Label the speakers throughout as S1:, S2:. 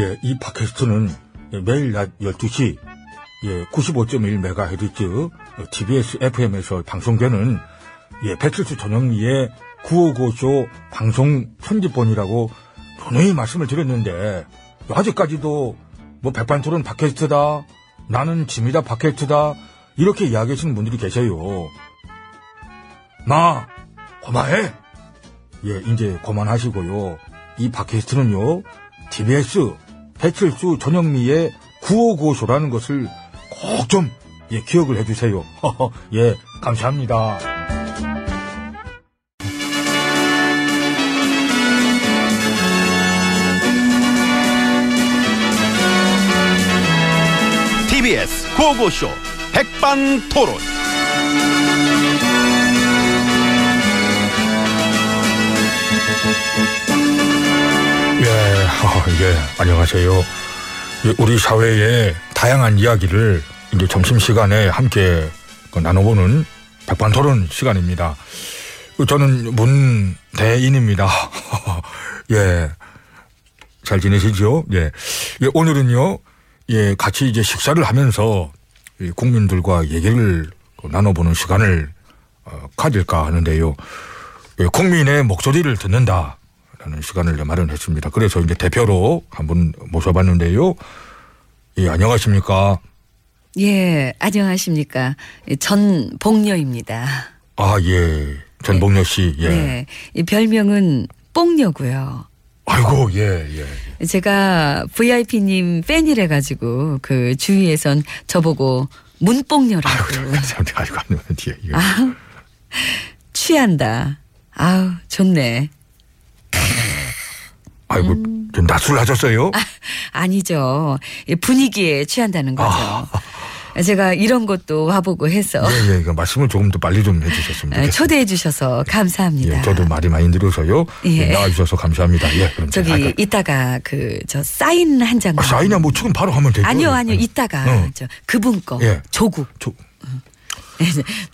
S1: 예, 이 팟캐스트는 매일 낮 12시 예, 95.1MHz TBS FM에서 방송되는 예, 배칠수 전영미의 955쇼 방송 편집본이라고 분명히 말씀을 드렸는데 아직까지도 뭐 백반토론 팟캐스트다 나는 짐이다 팟캐스트다 이렇게 이야기하시는 분들이 계세요. 마 고마해 예 이제 고만하시고요 이 팟캐스트는요 TBS 배칠수 전영미의 955쇼라는 것을 꼭 좀 예, 기억을 해주세요 예 감사합니다
S2: TBS 고고쇼 백반토론.
S1: 예, 아, 예, 안녕하세요. 예, 우리 사회의 다양한 이야기를 이제 점심시간에 함께 그 나눠보는 백반토론 시간입니다. 어, 저는 문대인입니다. 예, 잘 지내시죠? 예. 예, 오늘은요, 예, 같이 이제 식사를 하면서 이 국민들과 얘기를 나눠보는 시간을 어, 가질까 하는데요. 예, 국민의 목소리를 듣는다라는 시간을 이제 마련했습니다. 그래서 이제 대표로 한 분 모셔봤는데요. 예, 안녕하십니까.
S3: 예, 안녕하십니까. 전 복녀입니다.
S1: 아, 예. 전복녀 씨, 예.
S3: 네. 이 별명은 뽕녀고요.
S1: 아이고, 예, 예.
S3: 제가 VIP님 팬이래가지고 그 주위에선 저보고 문뽕녀라고
S1: 아이고, 감사합니다. 아이고, 아니면, 예, 예.
S3: 아, 취한다. 아우, 좋네.
S1: 아이고,
S3: 음.
S1: 좀 낯설하셨어요?
S3: 아, 아니죠. 이 분위기에 취한다는 거죠.
S1: 아.
S3: 제가 이런 것도 와보고 해서
S1: 예, 예. 그 말씀을 조금 더 빨리 좀
S3: 네,
S1: 해주셨으면 좋겠습니다.
S3: 초대해 주셔서 감사합니다.
S1: 예, 저도 말이 많이 늘어서요.
S3: 예.
S1: 예, 나와주셔서 감사합니다. 예, 그럼
S3: 저기
S1: 제가-
S3: 이따가 그 저 사인 한 장만
S1: 아, 사인이야, 뭐 지금 바로 하면 되죠.
S3: 아니요, 아니요. 이따가
S1: 어.
S3: 저 그분 거
S1: 예.
S3: 조국
S1: 저-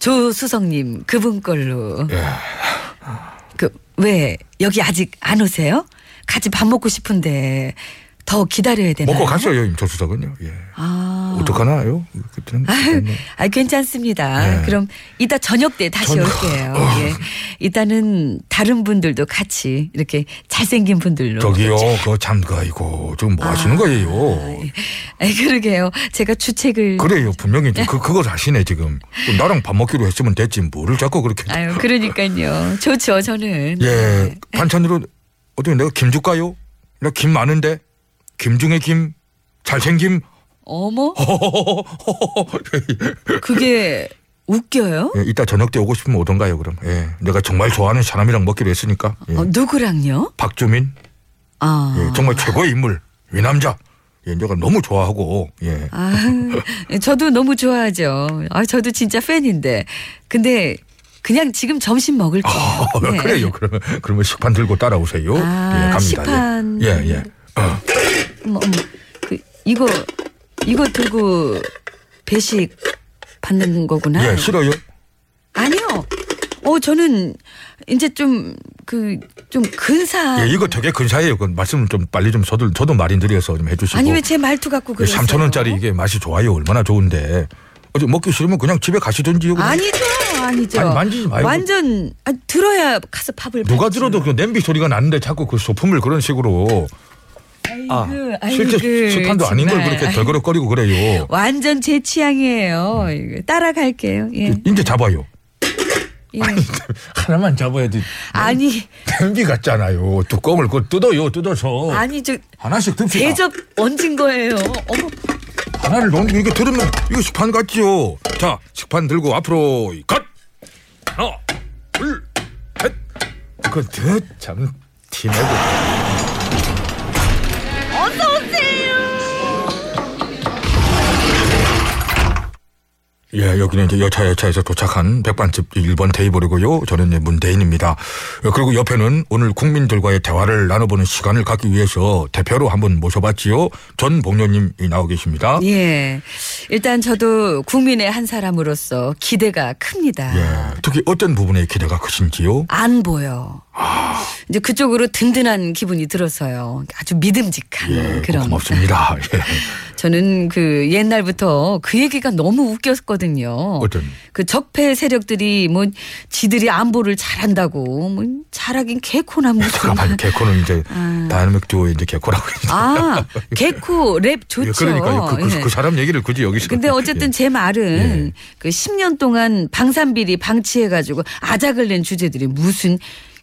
S3: 조수성님 그분 걸로
S1: 예.
S3: 그 왜 여기 아직 안 오세요? 같이 밥 먹고 싶은데 더 기다려야 되나요?
S1: 먹고 갔어요, 임 조수석은요. 예.
S3: 아,
S1: 어떡하나요? 그때는
S3: 아유, 아 괜찮습니다.
S1: 네. 예.
S3: 그럼 이따 저녁 때 다시
S1: 저녁. 어.
S3: 올게요. 예. 이따는 다른 분들도 같이 이렇게 잘생긴 분들로
S1: 저기요, 그거 참, 그, 아이고, 지금 뭐 하시는 거예요?
S3: 아, 그러게요. 제가 주책을
S1: 그래요, 분명히.
S3: 예.
S1: 좀 그, 그걸 아시네, 지금. 좀 나랑 밥 먹기로 했으면 됐지. 뭐를 자꾸 그렇게.
S3: 아유, 그러니까요. 좋죠, 저는. 네.
S1: 예, 반찬으로, 어떻게 내가 김 줄까요? 나 김 많은데? 김 중에 김? 잘생김?
S3: 어머, 그게 웃겨요?
S1: 예, 이따 저녁 때 오고 싶으면 오던가요, 그럼. 예. 내가 정말 좋아하는 사람이랑 먹기로 했으니까. 예.
S3: 어, 누구랑요?
S1: 박주민.
S3: 아.
S1: 예, 정말 최고의 인물. 위남자. 예, 내가 너무 좋아하고. 예.
S3: 아, 저도 너무 좋아하죠. 아, 저도 진짜 팬인데. 근데 그냥 지금 점심 먹을게요.
S1: 어,
S3: 네.
S1: 그래요. 그러면, 그러면 식판 들고 따라오세요.
S3: 아,
S1: 예, 갑니다.
S3: 식판.
S1: 예, 예. 어,
S3: 어머, 어머. 그, 이거 이거 들고 배식 받는 거구나.
S1: 예, 싫어요?
S3: 아니요. 어, 저는 이제 좀 그 좀 근사.
S1: 예, 이거 되게 근사해요. 그 말씀을 좀 빨리 좀 저도, 저도 말인 드려서 좀 해주시고.
S3: 아니 왜 제 말투 갖고 그러세요?
S1: 3천 뭐 예, 원짜리 이게 맛이 좋아요. 얼마나 좋은데. 어제 먹기 싫으면 그냥 집에 가시든지요. 그냥.
S3: 아니죠, 아니죠.
S1: 아니, 만지지 말고.
S3: 완전 아, 들어야 가서 밥을.
S1: 누가
S3: 먹지.
S1: 들어도 그 냄비 소리가 나는데 자꾸 그 소품을 그런 식으로. 아, 실제 식판도 아닌 걸
S3: 그 정말.
S1: 그렇게 덜거럭거리고 그래요.
S3: 완전 제 취향이에요. 이거 따라갈게요. 예.
S1: 이제 잡아요.
S3: 예.
S1: 하나만 잡아야지.
S3: 아니
S1: 냄비 같잖아요. 뚜껑을 그 뜯어요. 뜯어서
S3: 아니 저
S1: 하나씩 듭시다.
S3: 대접 얹은 거예요. 어머
S1: 하나를 넣는 이렇게 들으면 이거 식판 같지요. 자, 식판 들고 앞으로 컷. 하나, 둘, 셋. 그참 티내고.
S3: 어서 오세요.
S1: 예, 여기는 이제 여차 여차에서 도착한 백반집 1번 테이블이고요. 저는 이제 문대인입니다. 예, 그리고 옆에는 오늘 국민들과의 대화를 나눠보는 시간을 갖기 위해서 대표로 한번 모셔봤지요. 전 복료님이 나오 계십니다.
S3: 예. 일단 저도 국민의 한 사람으로서 기대가 큽니다.
S1: 예, 특히 어떤 부분에 기대가 크신지요?
S3: 안 보여.
S1: 아.
S3: 이제 그쪽으로 든든한 기분이 들어서요. 아주 믿음직한
S1: 예,
S3: 그런.
S1: 고맙습니다. 예.
S3: 저는 그 옛날부터 그 얘기가 너무 웃겼거든요.
S1: 어떤?
S3: 그 적폐 세력들이 뭐 지들이 안보를 잘한다고 뭐 잘하긴 개코나 무슨.
S1: 잠깐만, 개코는 이제
S3: 아.
S1: 다이나믹 듀오 이제 개코라고 했죠.
S3: 아, 개코 랩
S1: 예,
S3: 좋죠.
S1: 그러니까요. 그, 그,
S3: 예.
S1: 그 사람 얘기를 굳이 예. 여기서. 예.
S3: 근데 어쨌든 제 말은 그 10년 동안 방산비리 방치해가지고 아작을 낸 주제들이 무슨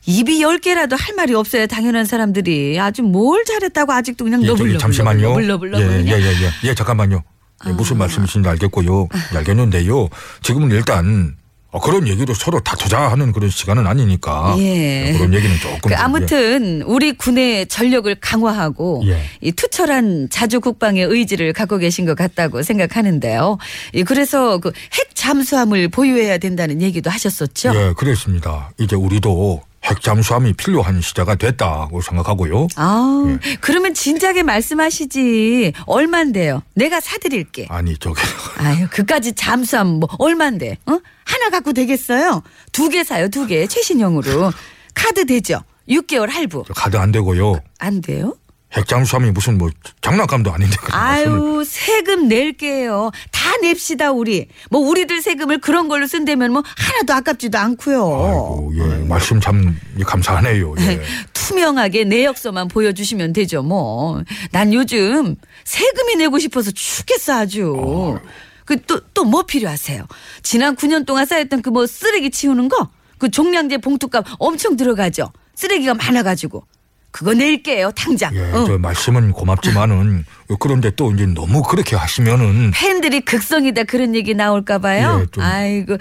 S3: 입이 열 개라도 할 말이 없어야 당연한 사람들이 아주 뭘 잘했다고 아직도 그냥
S1: 예,
S3: 너블
S1: 저기
S3: 너블
S1: 잠시만요.
S3: 너블 너블 너블
S1: 예,
S3: 그냥 아.
S1: 예, 예, 예. 예, 잠깐만요. 예, 무슨 말씀이신지 알겠고요. 알겠는데요. 지금은 일단 어, 그런 얘기로 서로 다투자 하는 그런 시간은 아니니까.
S3: 예.
S1: 그런 얘기는 조금.
S3: 그
S1: 좀, 예.
S3: 아무튼 우리 군의 전력을 강화하고
S1: 예.
S3: 이 투철한 자주 국방의 의지를 갖고 계신 것 같다고 생각하는데요. 이 그래서 그 핵 잠수함을 보유해야 된다는 얘기도 하셨었죠.
S1: 예, 그랬습니다. 이제 우리도 핵 잠수함이 필요한 시대가 됐다고 생각하고요.
S3: 아,
S1: 예.
S3: 그러면 진작에 말씀하시지. 얼만데요? 내가 사드릴게.
S1: 아니, 저기.
S3: 아유, 그까지 잠수함 뭐 얼만데? 어? 하나 갖고 되겠어요? 두 개 사요, 두 개. 최신형으로. 카드 되죠? 6개월 할부.
S1: 가도 안 되고요.
S3: 안 돼요?
S1: 핵 잠수함이 무슨 뭐 장난감도 아닌데. 그런 말씀을.
S3: 아유, 세금 낼게요. 다 냅시다, 우리. 뭐, 우리들 세금을 그런 걸로 쓴다면 뭐, 하나도 아깝지도 않고요.
S1: 아이고, 예. 말씀 참 감사하네요. 예.
S3: 투명하게 내역서만 보여주시면 되죠, 뭐. 난 요즘 세금이 내고 싶어서 죽겠어, 아주. 그, 또, 또 뭐 필요하세요? 지난 9년 동안 쌓였던 그 뭐 쓰레기 치우는 거? 그 종량제 봉투값 엄청 들어가죠? 쓰레기가 많아가지고. 그거 낼게요, 당장.
S1: 예,
S3: 응.
S1: 저 말씀은 고맙지만은 그런데 또 이제 너무 그렇게 하시면은
S3: 팬들이 극성이다 그런 얘기 나올까 봐요.
S1: 예, 좀.
S3: 아이고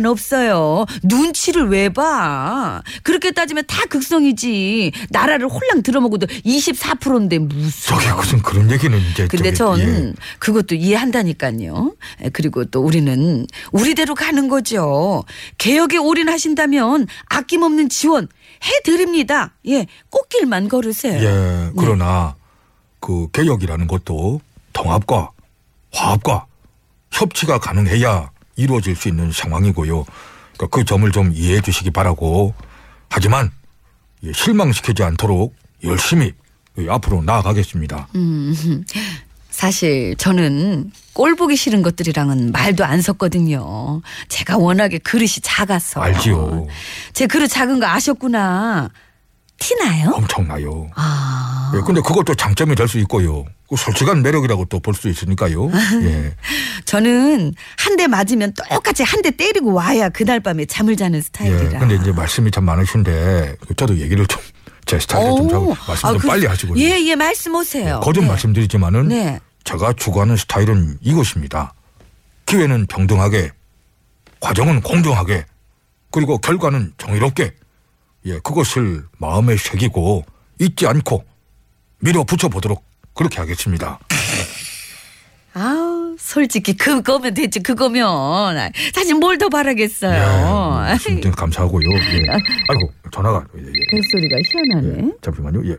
S3: 상관없어요. 눈치를 왜 봐? 그렇게 따지면 다 극성이지. 나라를 홀랑 들어먹어도 24%인데 무슨?
S1: 저기 무슨 그런 얘기는 이제 예.
S3: 근데 전
S1: 어. 저기,
S3: 그것도 이해한다니까요. 에, 그리고 또 우리는 우리대로 가는 거죠. 개혁에 올인하신다면 아낌없는 지원 해드립니다. 예, 꽃길만 걸으세요.
S1: 예, 예, 그러나 그 개혁이라는 것도 통합과 화합과 협치가 가능해야 이루어질 수 있는 상황이고요. 그러니까 그 점을 좀 이해해 주시기 바라고 하지만 예, 실망시키지 않도록 열심히 예, 앞으로 나아가겠습니다.
S3: 음. 사실 저는 꼴 보기 싫은 것들이랑은 말도 안 섰거든요. 제가 워낙에 그릇이 작아서.
S1: 알지요.
S3: 제 그릇 작은 거 아셨구나. 티나요?
S1: 엄청나요.
S3: 아.
S1: 예, 근데 그것도 장점이 될 수 있고요. 그 솔직한 매력이라고 또 볼 수 있으니까요.
S3: 아,
S1: 예.
S3: 저는 한 대 맞으면 똑같이 한 대 때리고 와야 그날 밤에 잠을 자는
S1: 예.
S3: 스타일이라.
S1: 근데 이제 말씀이 참 많으신데 저도 얘기를 좀 제 스타일을 좀
S3: 오.
S1: 하고 말씀
S3: 아,
S1: 좀
S3: 그-
S1: 빨리 하시고요.
S3: 예, 예, 말씀 오세요.
S1: 거듭
S3: 네.
S1: 말씀드리지만은
S3: 네.
S1: 제가 추구하는 스타일은 이것입니다. 기회는 평등하게, 과정은 공정하게, 그리고 결과는 정의롭게. 예, 그것을 마음에 새기고 잊지 않고 밀어붙여 보도록 그렇게 하겠습니다.
S3: 아우, 솔직히 그거면 됐지, 그거면. 사실 뭘 더 바라겠어요.
S1: 예, 진짜 감사하고요. 예. 아이고 전화가 예, 예.
S3: 벨소리가 희한하네.
S1: 예, 잠시만요. 예.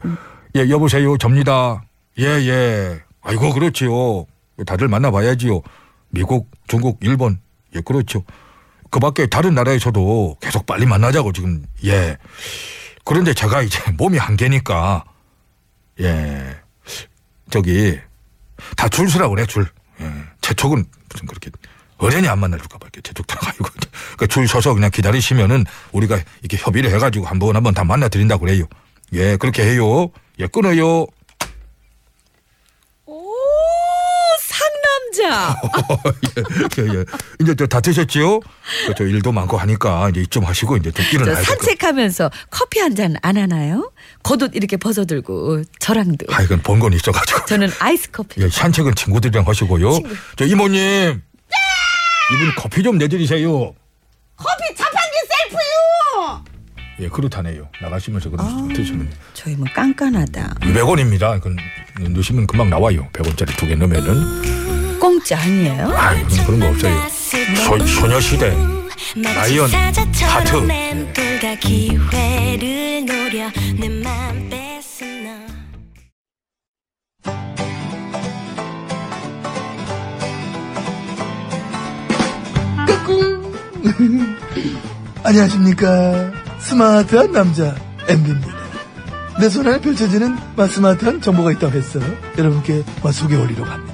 S1: 예, 여보세요. 접니다. 예, 예. 아이고, 그렇지요. 다들 만나봐야지요. 미국, 중국, 일본. 예, 그렇죠. 그 밖에 다른 나라에서도 계속 빨리 만나자고 지금, 예. 그런데 제가 이제 몸이 한계니까, 예. 저기, 다 줄 서라고 그래, 줄. 예. 재촉은 무슨 그렇게, 어련히 안 만날까 봐 이렇게 재촉 들어가고. 그러니까 줄 서서 그냥 기다리시면은 우리가 이렇게 협의를 해가지고 한 번 한 번 다 만나드린다고 그래요. 예, 그렇게 해요. 예, 끊어요.
S3: 오 상남자
S1: 어, 예, 예. 이제 저 다 드셨지요? 그저 일도 많고 하니까 이제 이쯤 하시고 이제 좀
S3: 저
S1: 일어나야 될것 같아요.
S3: 산책하면서 커피 한 잔 안 하나요? 겉옷 이렇게 벗어들고 저랑도
S1: 하여간 본 건 있어가지고.
S3: 저는 아이스 커피
S1: 아, 예, 산책은 친구들이랑 하시고요. 저 이모님. 이분 커피 좀 내드리세요.
S4: 커피 자판기 셀프요.
S1: 예, 그렇다네요. 나가시면서 그럼
S3: 아.
S1: 드시면.
S3: 저희 뭐 깐깐하다
S1: 200원입니다. 그 넣으시면 금방 나와요. 100원짜리 두 개 넣으면은.
S3: 공짜 아니에요?
S1: 아, 그런, 그런 거 없어요. 소, 소녀시대. 라이언,
S4: 라이언
S1: 하트.
S4: 하트
S5: 안녕하십니까 스마트한 남자 MB입니다. 내 손안에 펼쳐지는 마스마트한 정보가 있다고 해서 여러분께 와 소개해드리러 갑니다.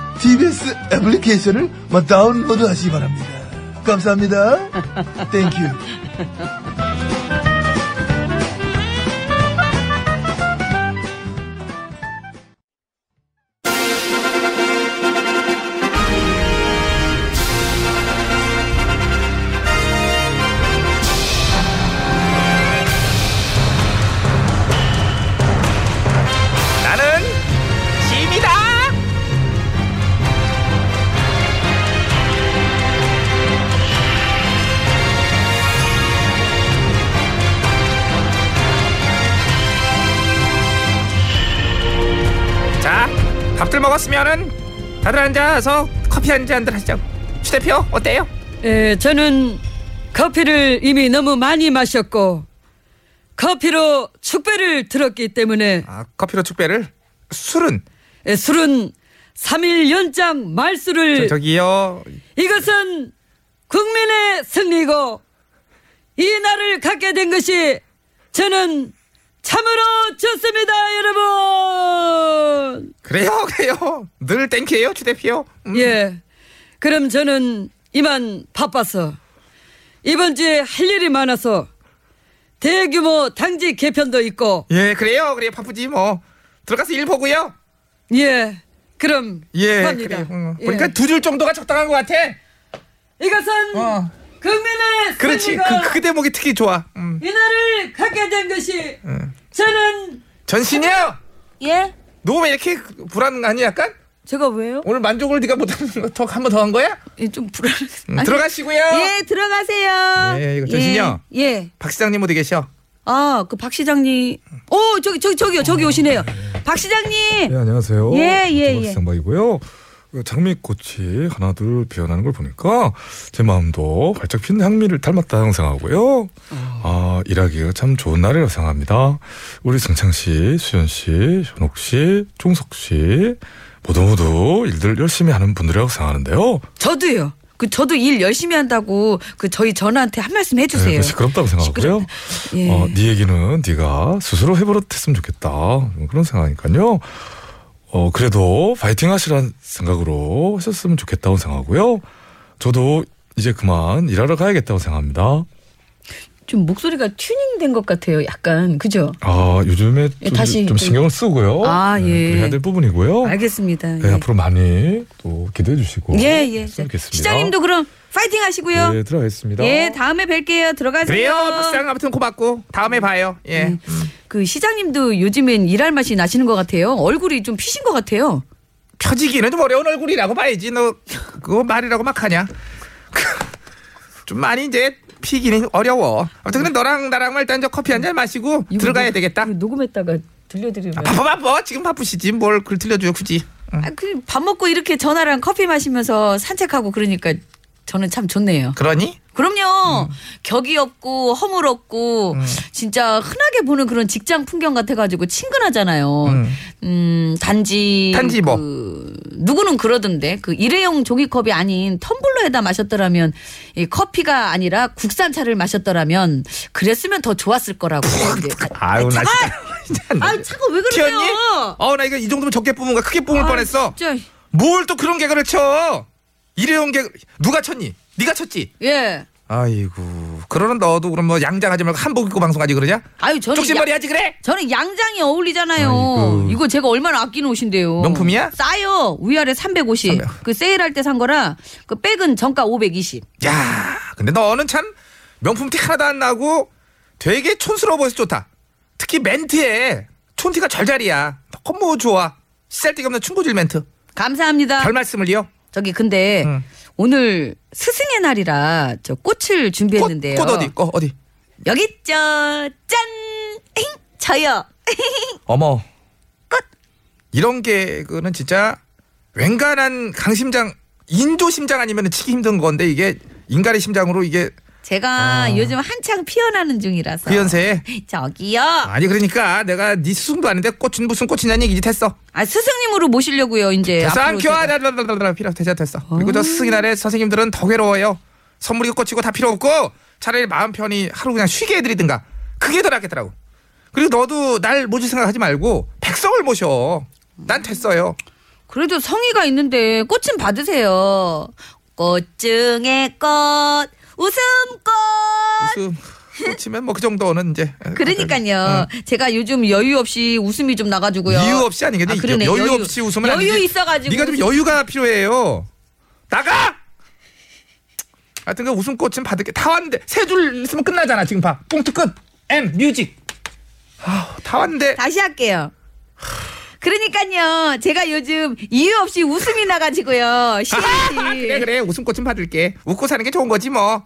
S5: TBS 애플리케이션을 막 다운로드 하시기 바랍니다. 감사합니다. 땡큐.
S6: 나는 짐이다. 자, 밥들 먹었으면은 다들 앉아서 커피 한 잔들 하시죠. 추 대표 어때요?
S7: 예, 저는 커피를 이미 너무 많이 마셨고 커피로 축배를 들었기 때문에
S6: 아, 커피로 축배를 술은
S7: 예, 술은 3일 연장 말수를
S6: 저, 기요
S7: 이것은 국민의 승리고 이 날을 갖게 된 것이 저는 참으로 좋습니다 여러분
S6: 그래요 그래요 늘 땡큐예요 추 대표. 음.
S7: 예 그럼 저는 이만 바빠서 이번 주에 할 일이 많아서 대규모 당직 개편도 있고
S6: 예 그래요 그래요 바쁘지 뭐 들어가서 일 보고요.
S7: 예, 그럼
S6: 예,
S7: 갑니다.
S6: 그래요. 응.
S7: 예.
S6: 보니까 두 줄 정도가 적당한 것 같아.
S7: 이것은
S6: 어.
S7: 국민의
S6: 그렇지.
S7: 승리가
S6: 그, 그 대목이 특히 좋아. 음.
S7: 이 나라를 갖게 된 것이 저는
S6: 전신이야.
S3: 예?
S6: 너왜 이렇게 불안하니 약간?
S3: 제가 왜요?
S6: 오늘 만족을 네가 못하는 거더한번 더 한 거야?
S3: 예, 좀 불안해서.
S6: 음, 들어가시고요.
S3: 예, 들어가세요.
S6: 예, 이거 전신이요?
S3: 예. 예.
S6: 박 시장님 어디 계셔?
S3: 아, 그 박 시장님. 오, 저기, 저기, 저기요, 저기 오시네요.
S6: 음.
S3: 박 시장님.
S1: 예, 안녕하세요.
S3: 예, 예, 예.
S1: 장박이고요. 그 장미꽃이 하나 둘 피어나는 걸 보니까 제 마음도 활짝 핀 향미를 닮았다 생각하고요. 아, 일하기가 참 좋은 날이라고 생각합니다. 우리 승창 씨, 수현 씨, 현옥 씨, 종석 씨 모두 모두 일들 열심히 하는 분들이라고 생각하는데요.
S3: 저도요. 그 저도 일 열심히 한다고 그 저희 전화한테 한 말씀
S1: 네,
S6: 예,
S3: 해주세요.
S1: 그 시끄럽다고 생각하고요.
S3: 예.
S1: 어, 네 얘기는 네가 스스로 해버릇했으면 좋겠다. 뭐 그런 생각이니까요. 어, 그래도 파이팅 하시라는 생각으로 하셨으면 좋겠다고 생각하고요. 저도 이제 그만 일하러 가야겠다고 생각합니다.
S3: 좀 목소리가 튜닝된 것 같아요. 약간 그죠?
S1: 아, 요즘에
S3: 예,
S1: 좀,
S3: 다시
S1: 좀
S3: 좀-
S1: 신경을 쓰고요.
S3: 아,
S1: 네,
S3: 예.
S1: 그래야 될
S6: 어.
S1: 부분이고요.
S3: 알겠습니다.
S6: 예,
S1: 네, 앞으로 많이 또 기대해 주시고.
S3: 예, 예.
S1: 했으면 좋겠습니다.
S3: 시장님도 그럼 파이팅 하시고요.
S1: 네, 들어가겠습니다.
S3: 예, 다음에 뵐게요. 들어가세요.
S6: 그래요. 박 시장 아무튼 고맙고 다음에 봐요. 예.
S3: 그 시장님도 요즘엔 일할 맛이 나시는 것 같아요. 얼굴이 좀 피신 것 같아요.
S6: 펴지기는 좀 어려운 얼굴이라고 봐야지. 너 그거 말이라고 막 하냐? 그, 좀 많이 이제 피기는 어려워. 아무튼 근데 너랑 나랑 일단 저 커피 한 잔 마시고
S3: 이거
S6: 들어가야
S3: 녹-
S6: 되겠다.
S3: 이거 녹음했다가 들려드리면.
S6: 아, 바빠 바빠 지금 바쁘시지 뭘 글 들려줘요 굳이
S3: 아, 그 밥 먹고 이렇게 전화랑 커피 마시면서 산책하고 그러니까 저는 참 좋네요.
S6: 그러니
S3: 그럼요. 격이 없고 허물없고 진짜 흔하게 보는 그런 직장 풍경 같아가지고 친근하잖아요. 음, 단지
S6: 단지 뭐?
S3: 그 누구는 그러던데 그 일회용 종이컵이 아닌 텀블러에다 마셨더라면 이 커피가 아니라 국산차를 마셨더라면 그랬으면 더 좋았을 거라고. 이제.
S6: 아유 나 진짜
S3: 아 차가 왜
S6: 튀었니?
S3: 그러세요?
S6: 어나 이거 이 정도면 적게 뽑은 거야 크게 뽑을
S3: 아,
S6: 뻔했어
S3: 진짜.
S6: 뭘 또 그런 개그를 쳐 일회용 개그 누가 쳤니 네가 쳤지
S3: 예.
S6: 아이고 그러는 너도 그럼 뭐 양장하지 말고 한복 입고 방송하지 그러냐
S3: 아유 저는 야-
S6: 쪽심머리 하지 그래
S3: 저는 양장이 어울리잖아요.
S1: 아이고.
S3: 이거 제가 얼마나 아끼는 옷인데요.
S6: 명품이야?
S3: 싸요. 위아래 350.
S6: 300.
S3: 그 세일할 때 산 거라 그 백은 정가 520.
S6: 야 근데 너는 참 명품 티 하나도 안 나고 되게 촌스러워 보여서 좋다 특히 멘트에 촌티가 절자리야 너무 뭐 좋아 쓸데기 없는 충고질 멘트
S3: 감사합니다.
S6: 별 말씀을요
S3: 저기 근데
S6: 응.
S3: 오늘 스승의 날이라 저 꽃을
S6: 꽃,
S3: 준비했는데요.
S6: 꽃 어디 꽃 어디
S3: 여기 있죠. 짠. 엥. 저요.
S6: 어머. 이런 개그는 진짜 웬간한 강심장, 인조심장 아니면 치기 힘든 건데 이게 인간의 심장으로 이게
S3: 제가
S6: 아.
S3: 요즘 한창 피어나는 중이라서.
S6: 그 연세에.
S3: 저기요.
S6: 아니 그러니까 내가 네 스승도 아닌데 꽃은 무슨 꽃이냐는 얘기지 됐어.
S3: 아 스승님으로 모시려고요 이제. 예, 앞으로
S6: 쌍교
S3: 제가.
S6: 하다다다다 필요 없- 됐어 됐어. 그리고 저 스승의 날에 선생님들은 더 괴로워요. 선물이 꽂히고 다 필요 없고 차라리 마음 편히 하루 그냥 쉬게 해드리든가 그게 더 낫겠더라고. 그리고 너도 날 모실 생각하지 말고 백성을 모셔. 난 됐어요.
S3: 그래도 성의가 있는데 꽃은 받으세요. 꽃 중에 꽃 웃음꽃.
S6: 무슨 꽂히면 뭐 그 정도는 이제.
S3: 그러니까요. 제가 요즘 여유 없이 웃음이 좀 나가지고요.
S6: 음. 이유 없이 아니겠
S3: 아,
S6: 네
S3: 그러네.
S6: 여유, 없이 웃으면 안
S3: 여유
S6: 되지.
S3: 있어가지고.
S6: 네가 좀 여유가 필요해요. 나가. 하여튼 그 웃음꽃은 받을게. 다 왔는데 세 줄 있으면 끝나잖아 지금 봐. 뽕트 끝. M 뮤직. 아, 다 왔는데
S3: 다시 할게요. 그러니까요. 제가 요즘 이유 없이 웃음이 나가지고요.
S6: 그래
S3: 시간이.
S6: 그래 웃음꽃은 받을게. 웃고 사는 게 좋은 거지 뭐.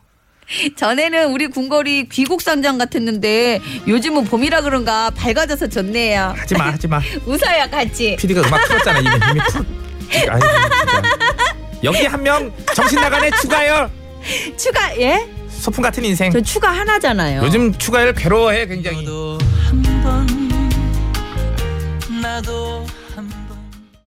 S3: 전에는 우리 궁궐이 귀곡산장 같았는데 요즘은 봄이라 그런가 밝아져서 좋네요.
S6: 하지 마 하지 마.
S3: 웃어요 같이.
S6: PD가 음악 틀었잖아 이미 이미 푹. 아유 진짜. 여기 한 명 정신 나간애 추가열.
S3: 추가 예?
S6: 소풍 같은 인생.
S3: 저 추가 하나잖아요.
S6: 요즘 추가열 괴로워해 굉장히.
S8: 한번 나도